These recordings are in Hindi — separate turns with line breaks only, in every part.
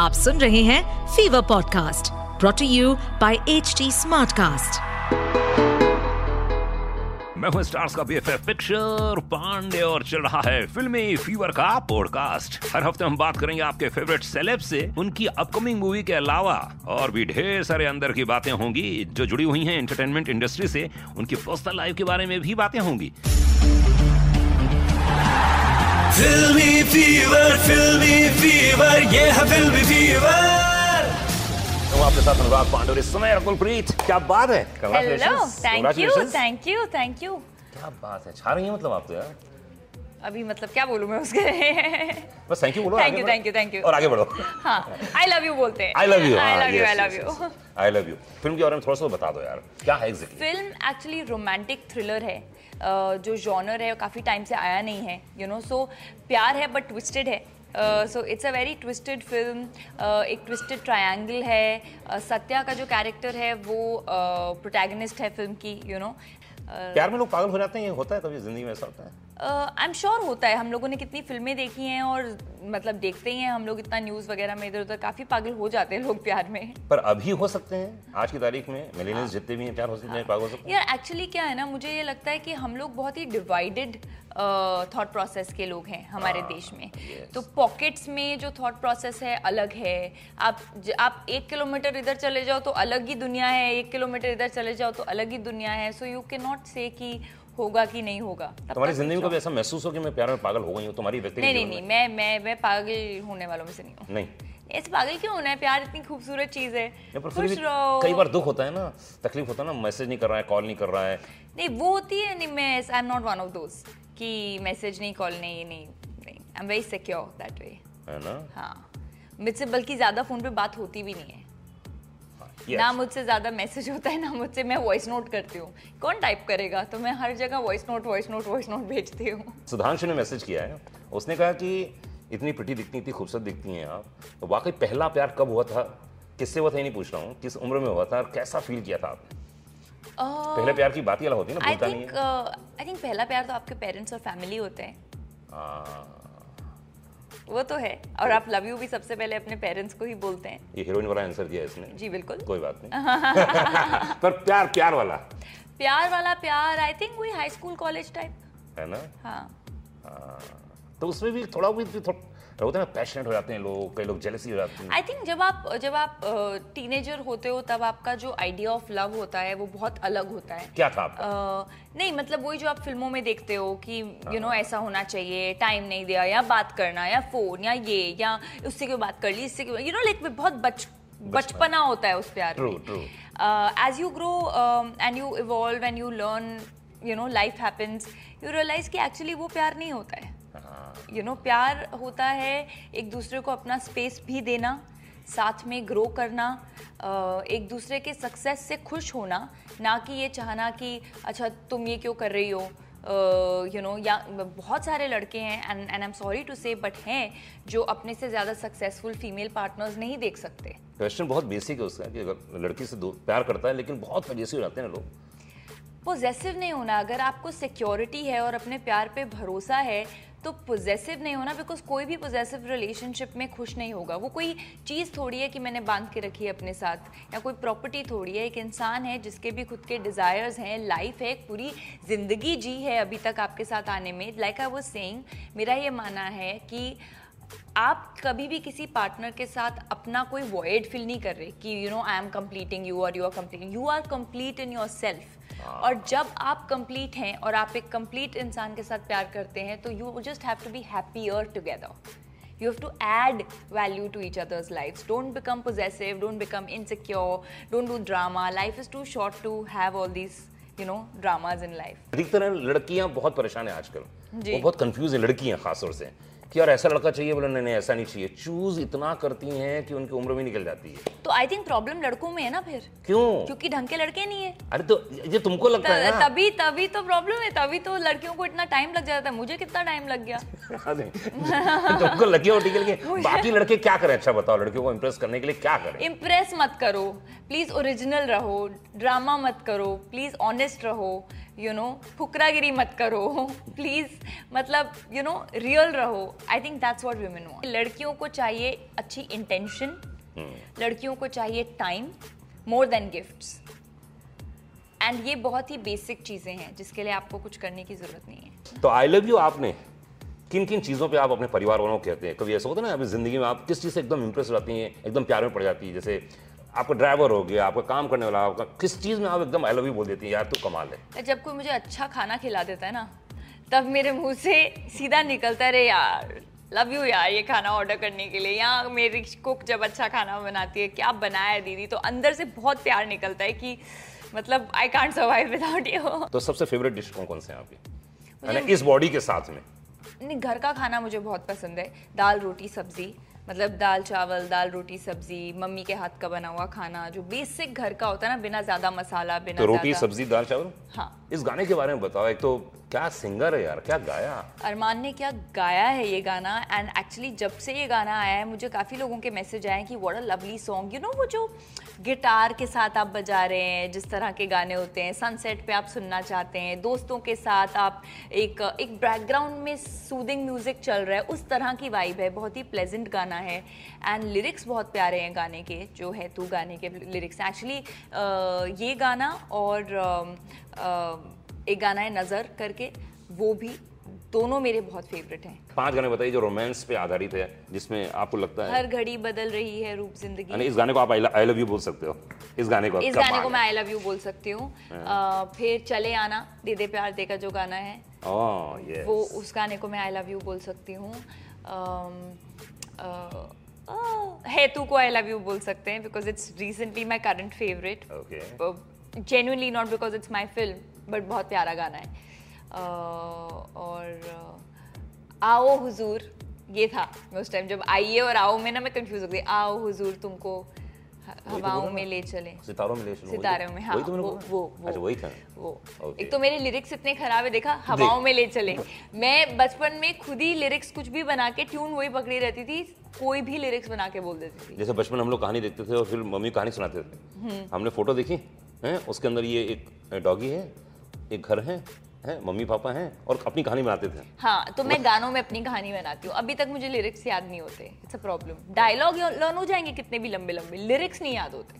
आप सुन रहे हैं fever podcast brought to you by H smartcast
मैं हूं स्टार्स का बीएफएफ पिक्चर पांडे और चल रहा है फिल्मी फीवर का पॉडकास्ट हर हफ्ते हम बात करेंगे आपके फेवरेट सेलेब से उनकी अपकमिंग मूवी के अलावा और भी ढेर सारे अंदर की बातें होंगी जो जुड़ी हुई हैं एंटरटेनमेंट इंडस्ट्री से उनकी पर्सनल लाइफ के बारे में भी बातें होंगी
फिल्मी फीवर फिल्मी फीवर ये है फिल्मी फीवर
तो आपके साथ अनुराग पांडे और इस समय कुलप्रीत क्या बात है
hello thank you thank you thank you
क्या बात है छा रही है मतलब आप तो यार
अभी मतलब क्या बोलूं मैं उसके
बस थैंक यू बोलो
Thank आगे you, बढ़ो। thank you, thank you. और
आगे बढ़ो
हाँ आई लव यू बोलते हैं
I love you
I love you I love you
I love you film के बारे में थोड़ा सा बता दो यार क्या है exactly
film actually romantic thriller है अ, जो जॉनर है वो काफ़ी टाइम से आया नहीं है यू नो सो प्यार है बट ट्विस्टेड है so it's a very twisted film एक ट्विस्टेड ट्रायंगल है अ, सत्या का जो कैरेक्टर है वो प्रोटैगनिस्ट है फिल्म की यू नो
प्यार में लोग पागल हो जाते हैं ये होता है कभी जिंदगी में ऐसा होता है
आई एम श्योर होता है हम लोगों ने कितनी फिल्में देखी हैं और मतलब देखते ही हैं हम लोग इतना न्यूज़ वगैरह में इधर उधर काफ़ी पागल हो जाते हैं लोग प्यार में
पर अभी हो सकते हैं आज की तारीख में मिलेनियल्स
हाँ।
जितने भी हैं प्यार हो सकते हैं पागल हो सकते हैं
यार एक्चुअली क्या है ना मुझे ये लगता है कि हम लोग बहुत ही डिवाइडेड थॉट प्रोसेस के लोग हैं हमारे
हाँ,
देश में तो पॉकेट्स में जो थॉट प्रोसेस है अलग है आप ज- आप एक किलोमीटर इधर चले जाओ तो अलग ही दुनिया है एक किलोमीटर इधर चले जाओ तो अलग ही दुनिया है so you can not say कि होगा कि नहीं होगा तब
तुम्हारी
तक
जिंदगी में
कुछ
कभी ऐसा महसूस हो कि मैं प्यार में पागल हो गई हूँ तुम्हारी
और-
व्यक्तिगत
तो नहीं नहीं
जीवन
नहीं
में?
मैं मैं मैं पागल होने वालों में से नहीं हूँ
नहीं
ऐसे पागल क्यों होना है प्यार इतनी खूबसूरत चीज है
या पर फिर
खुश
भी
रहो
कई बार दुख होता है ना तकलीफ होता है ना मैसेज नहीं कर रहा है कॉल नहीं कर रहा है
नहीं वो होती है नहीं मैं I am not one of those कि मैसेज नहीं कॉल नहीं ये नहीं नहीं I am very secure that way
है ना
हाँ मुझसे बल्कि ज़्यादा फ़ोन पे बात होती भी नहीं है
हाँ, Yes.
ना मुझसे ज़्यादा मैसेज होता है ना मुझसे मैं वॉइस नोट करती हूँ कौन टाइप करेगा तो मैं हर जगह voice note voice note voice note भेजती हूँ
सुधांशु ने मैसेज किया है उसने कहा कि इतनी pretty दिखती इतनी खूबसूरत दिखती हैं आप तो वाकई पहला प्यार कब हुआ था किससे हुआ था ये नहीं पूछ रहा हूँ किस उम्र में हुआ था और कैसा फील किया था आपने
Uh,
पहले प्यार की बात ही अलग होती है ना
आई
भूलता नहीं
थिंक
है
आई थिंक पहला प्यार तो आपके पेरेंट्स और फैमिली होते हैं
हाँ,
वो तो है और आप लव यू भी सबसे पहले अपने पेरेंट्स को ही बोलते हैं
ये हीरोइन वाला आंसर दिया इसने
जी बिल्कुल
कोई बात नहीं पर प्यार प्यार वाला
प्यार वाला प्यार आई थिंक वही हाई स्कूल कॉलेज टाइप
है ना
हाँ
हाँ। तो उसमें भी थोड़ा भी भी थोड़ा होता है ना पैशनेट हो जाते हैं लोग कई लोग जेलसी हो जाते हैं
आई थिंक जब आप जब आप टीनेजर होते हो तब आपका जो आइडिया ऑफ लव होता है वो बहुत अलग होता है
क्या था आपका
अ, नहीं मतलब वही जो आप फिल्मों में देखते हो कि यू नो ऐसा होना चाहिए टाइम नहीं दिया या बात करना या फोन या ये या उससे क्यों बात कर ली इससे क्यों यू नो लाइक बहुत बच बचपना होता है उस प्यार
True, true.
As you grow and you evolve and you learn you know life happens you realise कि एक्चुअली वो प्यार नहीं होता है
हाँ।
यू नो प्यार होता है एक दूसरे को अपना स्पेस भी देना साथ में ग्रो करना अ, एक दूसरे के सक्सेस से खुश होना ना कि ये चाहना कि अच्छा तुम ये क्यों कर रही हो यू नो या बहुत सारे लड़के हैं and and I am sorry to say but हैं जो अपने से ज़्यादा सक्सेसफुल फीमेल पार्टनर्स नहीं देख सकते
क्वेश्चन बहुत बेसिक है उसका कि अगर लड़की से दो- प्यार करता है लेकिन बहुत जेलसी हो जाते हैं लोग
पोजेसिव नहीं होना अगर आपको सिक्योरिटी है और अपने प्यार पे भरोसा है तो पोजेसिव नहीं होना बिकॉज कोई भी पोजेसिव रिलेशनशिप में खुश नहीं होगा वो कोई चीज़ थोड़ी है कि मैंने बांध के रखी है अपने साथ या कोई प्रॉपर्टी थोड़ी है एक इंसान है जिसके भी खुद के डिज़ायर्स हैं लाइफ है एक पूरी ज़िंदगी जी है अभी तक आपके साथ आने में लाइक आई वॉज सेइंग मेरा ये मानना है कि आप कभी भी किसी पार्टनर के साथ अपना कोई वॉइड फील नहीं कर रहे कि you know I am completing you और you are completing you are complete in yourself और जब आप कंप्लीट हैं और आप एक कंप्लीट इंसान के साथ प्यार करते हैं तो you just have to be happier together you have to add value to each others life don't become possessive don't become insecure don't do drama life is too short to have all this you know dramas in life
अधिकतर लड़कियां बहुत परेशान है आजकल
जी।
वो बहुत कंफ्यूज है लड़कियां खासतौर से कि यार ऐसा लड़का चाहिए बोले नहीं नहीं ऐसा नहीं चाहिए चूज इतना करती हैं कि उनकी उम्र भी निकल जाती है
तो आई थिंक प्रॉब्लम लड़कों में है ना फिर
क्यों
क्योंकि ढंग के लड़के नहीं है
अरे तो ये तुमको लगता है
त-
ना
तभी तभी तो प्रॉब्लम है तभी तो लड़कियों को इतना टाइम लग जाता है मुझे कितना टाइम लग गया
अरे, हाँ, तुमको लगे और टिकल के बाकी लड़के क्या करें अच्छा बताओ लड़कियों को इम्प्रेस करने के लिए क्या करें
इम्प्रेस मत करो प्लीज ओरिजिनल रहो ड्रामा मत करो प्लीज ऑनेस्ट रहो यू नो फुकरागिरी मत करो प्लीज़ मतलब यू नो रियल रहो I think that's what women want लड़कियों को चाहिए अच्छी इंटेंशन
हम्म।
लड़कियों को चाहिए time more than gifts and ये बहुत ही बेसिक चीज़ें हैं जिसके लिए आपको कुछ करने की ज़रूरत नहीं है
तो आई लव यू आपने किन किन चीज़ों पे आप अपने परिवार वालों को कहते हैं कभी ऐसा होता है ना अपनी ज़िंदगी में आप किस चीज़ से एकदम इंप्रेस हो जाती हैं एकदम प्यार में पड़ जाती है जैसे आपका ड्राइवर हो गया आपका काम करने वाला आपका किस चीज़ में आप एकदम आई लव यू बोल देती हैं यार तू कमाल है
जब कोई मुझे अच्छा खाना खिला देता है ना तब मेरे मुंह से सीधा निकलता है रे यार लव यू यार ये खाना ऑर्डर करने के लिए या मेरी कुक जब अच्छा खाना बनाती है क्या बनाया है दीदी तो अंदर से बहुत प्यार निकलता है कि मतलब I can't survive without you
तो सबसे फेवरेट डिश कौन कौन से हैं आपके यानी इस बॉडी के साथ में
नहीं घर का खाना मुझे बहुत पसंद है दाल रोटी सब्जी मतलब दाल चावल दाल रोटी सब्जी मम्मी के हाथ का बना हुआ खाना जो बेसिक घर का होता है ना बिना ज्यादा मसाला बिना
तो रोटी
ज्यादा-
सब्जी दाल चावल
हाँ
इस गाने के बारे में बताओ एक तो क्या सिंगर है यार क्या गाया
अरमान ने क्या गाया है ये गाना एंड एक्चुअली जब से ये गाना आया है मुझे काफ़ी लोगों के मैसेज आए हैं कि what a lovely song you know वो जो गिटार के साथ आप बजा रहे हैं जिस तरह के गाने होते हैं सनसेट पे आप सुनना चाहते हैं दोस्तों के साथ आप एक एक बैकग्राउंड में सूदिंग म्यूज़िक चल रहा है उस तरह की वाइब है बहुत ही प्लेजेंट गाना है एंड लिरिक्स बहुत प्यारे हैं गाने के जो है तू गाने के लिरिक्स एक्चुअली ये गाना और अ, अ, एक गाना है नज़र करके वो भी दोनों मेरे बहुत फेवरेट हैं
पांच गाने बताइए जो रोमांस पे आधारित है जिसमें आपको लगता है
हर घड़ी बदल रही है रूप
यानी
जिंदगी
इस गाने को आप आई लव यू बोल सकते हो इस गाने को आप
इस
क्या
गाने को
मान
मैं
रहे
आई लव यू बोल सकती हूँ अ, फिर चले आना दे दे प्यार दे का जो गाना है
हो? Oh, Oh, yes.
वो उस गाने को मैं आई लव यू बोल सकती हूँ अम, अ, अ, है तू को आई लव यू बोल सकते हैं because it's recently my current favourite
Okay.
Genuinely not because it's my film but बहुत प्यारा गाना है अ, और अ, आओ हुजूर ये था मैं उस टाइम जब आइए और आओ में ना मैं कंफ्यूज हो गई आओ हुजूर तुमको ह-
बोला
हवाओं
ना।
में ले चले
सितारों में ले चलो, वही तो-
सितारों में हाँ
वही तो मैंने
वो
बोला।
वो वो
अच्छा वही था
वो
Okay.
एक तो मेरे लिरिक्स इतने खराब है देखा हवाओं में ले चले मैं बचपन में खुद ही लिरिक्स कुछ भी बना के ट्यून वही पकड़ी रहती थी कोई भी लिरिक्स बना के बोल देती थी
जैसे बचपन में हम लोग कहानी देखते थे और फिर मम्मी कहानी सुनाते थे हमने फोटो देखी है उसके अंदर ये एक डॉगी है एक घर है, है मम्मी पापा हैं और अपनी कहानी बनाते थे
हाँ तो मैं गानों में अपनी कहानी बनाती हूँ अभी तक मुझे लिरिक्स याद नहीं होते it's a problem dialogue learn हो जाएंगे कितने भी लंबे लंबे लिरिक्स नहीं याद होते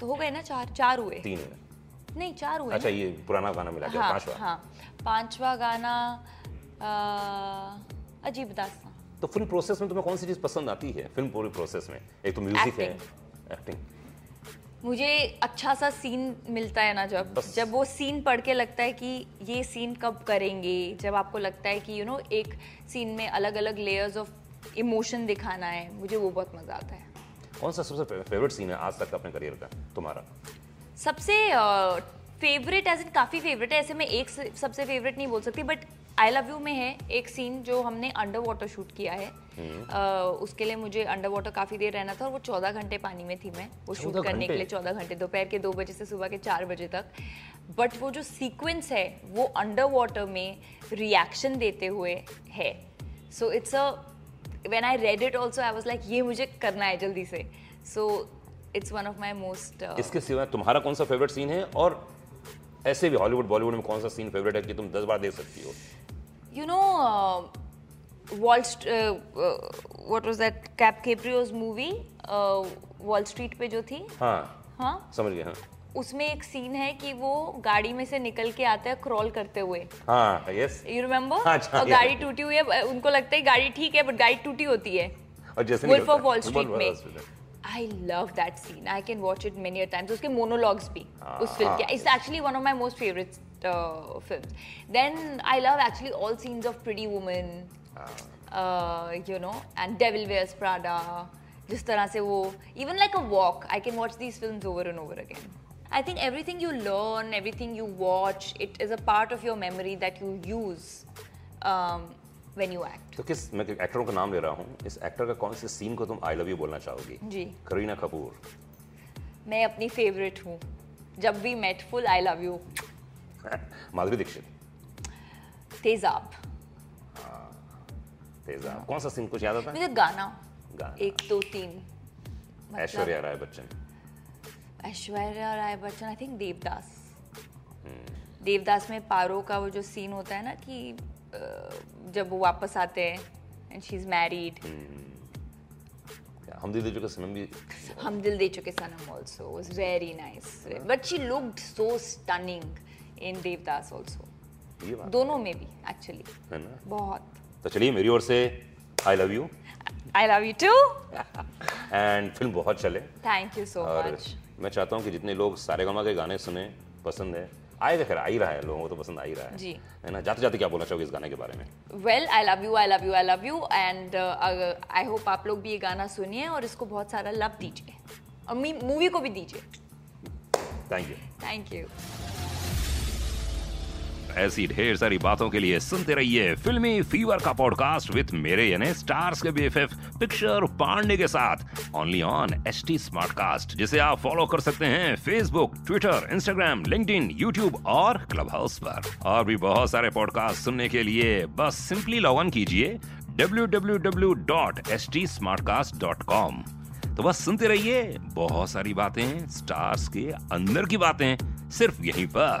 तो हो गए ना चार चार हुए
तीन में।
नहीं चार हुए
अच्छा ये पुराना गाना मिला के
हाँ
पांचवा
हाँ पांचवा गाना अ, अजीब दास्तां
तो फिल्म प्रोसेस में तुम्हें कौन सी चीज पसंद आती है फिल्म पूरी प्रोसेस में एक तो म्यूजिक है एक्टिंग
मुझे अच्छा सा सीन मिलता है ना जब
बस।
जब वो सीन पढ़ के लगता है कि ये सीन कब करेंगे जब आपको लगता है कि यू you नो एक सीन में अलग अलग लेयर्स ऑफ इमोशन दिखाना है मुझे वो बहुत मज़ा आता है
कौन सा सबसे फेवरेट सीन है आज तक का अपने करियर का तुम्हारा
सबसे फेवरेट एज इन काफ़ी फेवरेट है ऐसे मैं एक से- सबसे फेवरेट नहीं बोल सकती बट आई लव यू में है एक सीन जो हमने अंडर वाटर शूट किया है अ, उसके लिए मुझे अंडर वाटर काफ़ी देर रहना था और वो चौदह घंटे पानी में थी मैं वो शूट
14
करने के
घंटे?
लिए चौदह घंटे दोपहर के दो बजे से सुबह के चार बजे तक बट वो जो सीक्वेंस है वो अंडर वाटर में रिएक्शन देते हुए है so it's a when I read it also I was like ये मुझे करना है जल्दी से so it's one of my most
इसके सिवा तुम्हारा कौन सा फेवरेट सीन है और ऐसे भी हॉलीवुड बॉलीवुड में कौन सा सीन फेवरेट है कि तुम दस बार देख सकती हो
you know uh, wall St- uh, uh, what was that cap caprio's movie uh, wall street पे जो थी
हाँ
हाँ
समझ गया हाँ
उसमें एक सीन है कि वो गाड़ी में से निकल के आता है क्रॉल करते हुए
हाँ यस
यू रिमेम्बर
हाँ, अच्छा,
और
yeah.
गाड़ी टूटी हुई है अ, उनको लगता है गाड़ी ठीक है बट गाड़ी टूटी होती है
और जैसे
वुल्फ
निकलता
ऑफ
है,
wall
Wolf of
street
Wall
में
Street
I love that scene I can watch it many times उसके मोनोलॉग्स भी
हाँ,
उस फिल्म के
हाँ,
it's actually one of my most favourite uh, film then I love actually all scenes of pretty woman you know and devil wears Prada जिस तरह से वो even like a walk I can watch these film over and over again I think everything you learn everything you watch it is a part of your memory that you use um, when you act
तो किस मैं एक्टरों का नाम ले रहा हूँ इस एक्टर का कौन से सीन को तुम आई लव यू बोलना चाहोगी
जी
करीना कपूर
मैं अपनी फेवरेट हूँ जब भी मेट फुल I love you
Madhuri Dixit
Tezaab
Tezaab कौन सा सीन कुछ याद आता है
मुझे गाना
गाना।
एक दो तीन मतलब
ऐश्वर्या राय बच्चन
ऐश्वर्या राय बच्चन आई थिंक देवदास देवदास में पारो का वो जो सीन होता है ना कि अ, जब वो वापस आते हैं and she is married
Hum De Chuke Sanam भी
Hum Dil De Chuke Sanam also was very nice but she looked so stunning in Devdas also
ये बात
दोनों में भी एक्चुअली
है ना
बहुत
तो चलिए मेरी ओर से I love you
I love you too
and film बहुत चले
थैंक यू सो
और
मच
मैं चाहता हूँ कि जितने लोग सारे के गाने सुने पसंद है आएगा खैर आ ही रहा है लोगों को तो पसंद आ ही रहा है
जी।
है ना जाते जाते क्या बोलना चाहोगे इस गाने के बारे में
well I love you I love you I love you and I hope आप लोग भी ये गाना सुनिए और इसको बहुत सारा लव दीजिए और मूवी को भी दीजिए
थैंक यू
थैंक यू
ऐसी ढेर सारी बातों के लिए सुनते रहिए फिल्मी फीवर का पॉडकास्ट विद मेरे यानी स्टार्स के बीएफएफ पिक्चर पांडे के साथ only on H T smartcast जिसे आप फॉलो कर सकते हैं Facebook Twitter Instagram LinkedIn YouTube और क्लब हाउस पर और भी बहुत सारे पॉडकास्ट सुनने के लिए बस सिंपली लॉग ऑन कीजिए www.stsmartcast.com तो बस सुनते रहिए बहुत सारी बातें स्टार्स के अंदर की बातें सिर्फ यहीं पर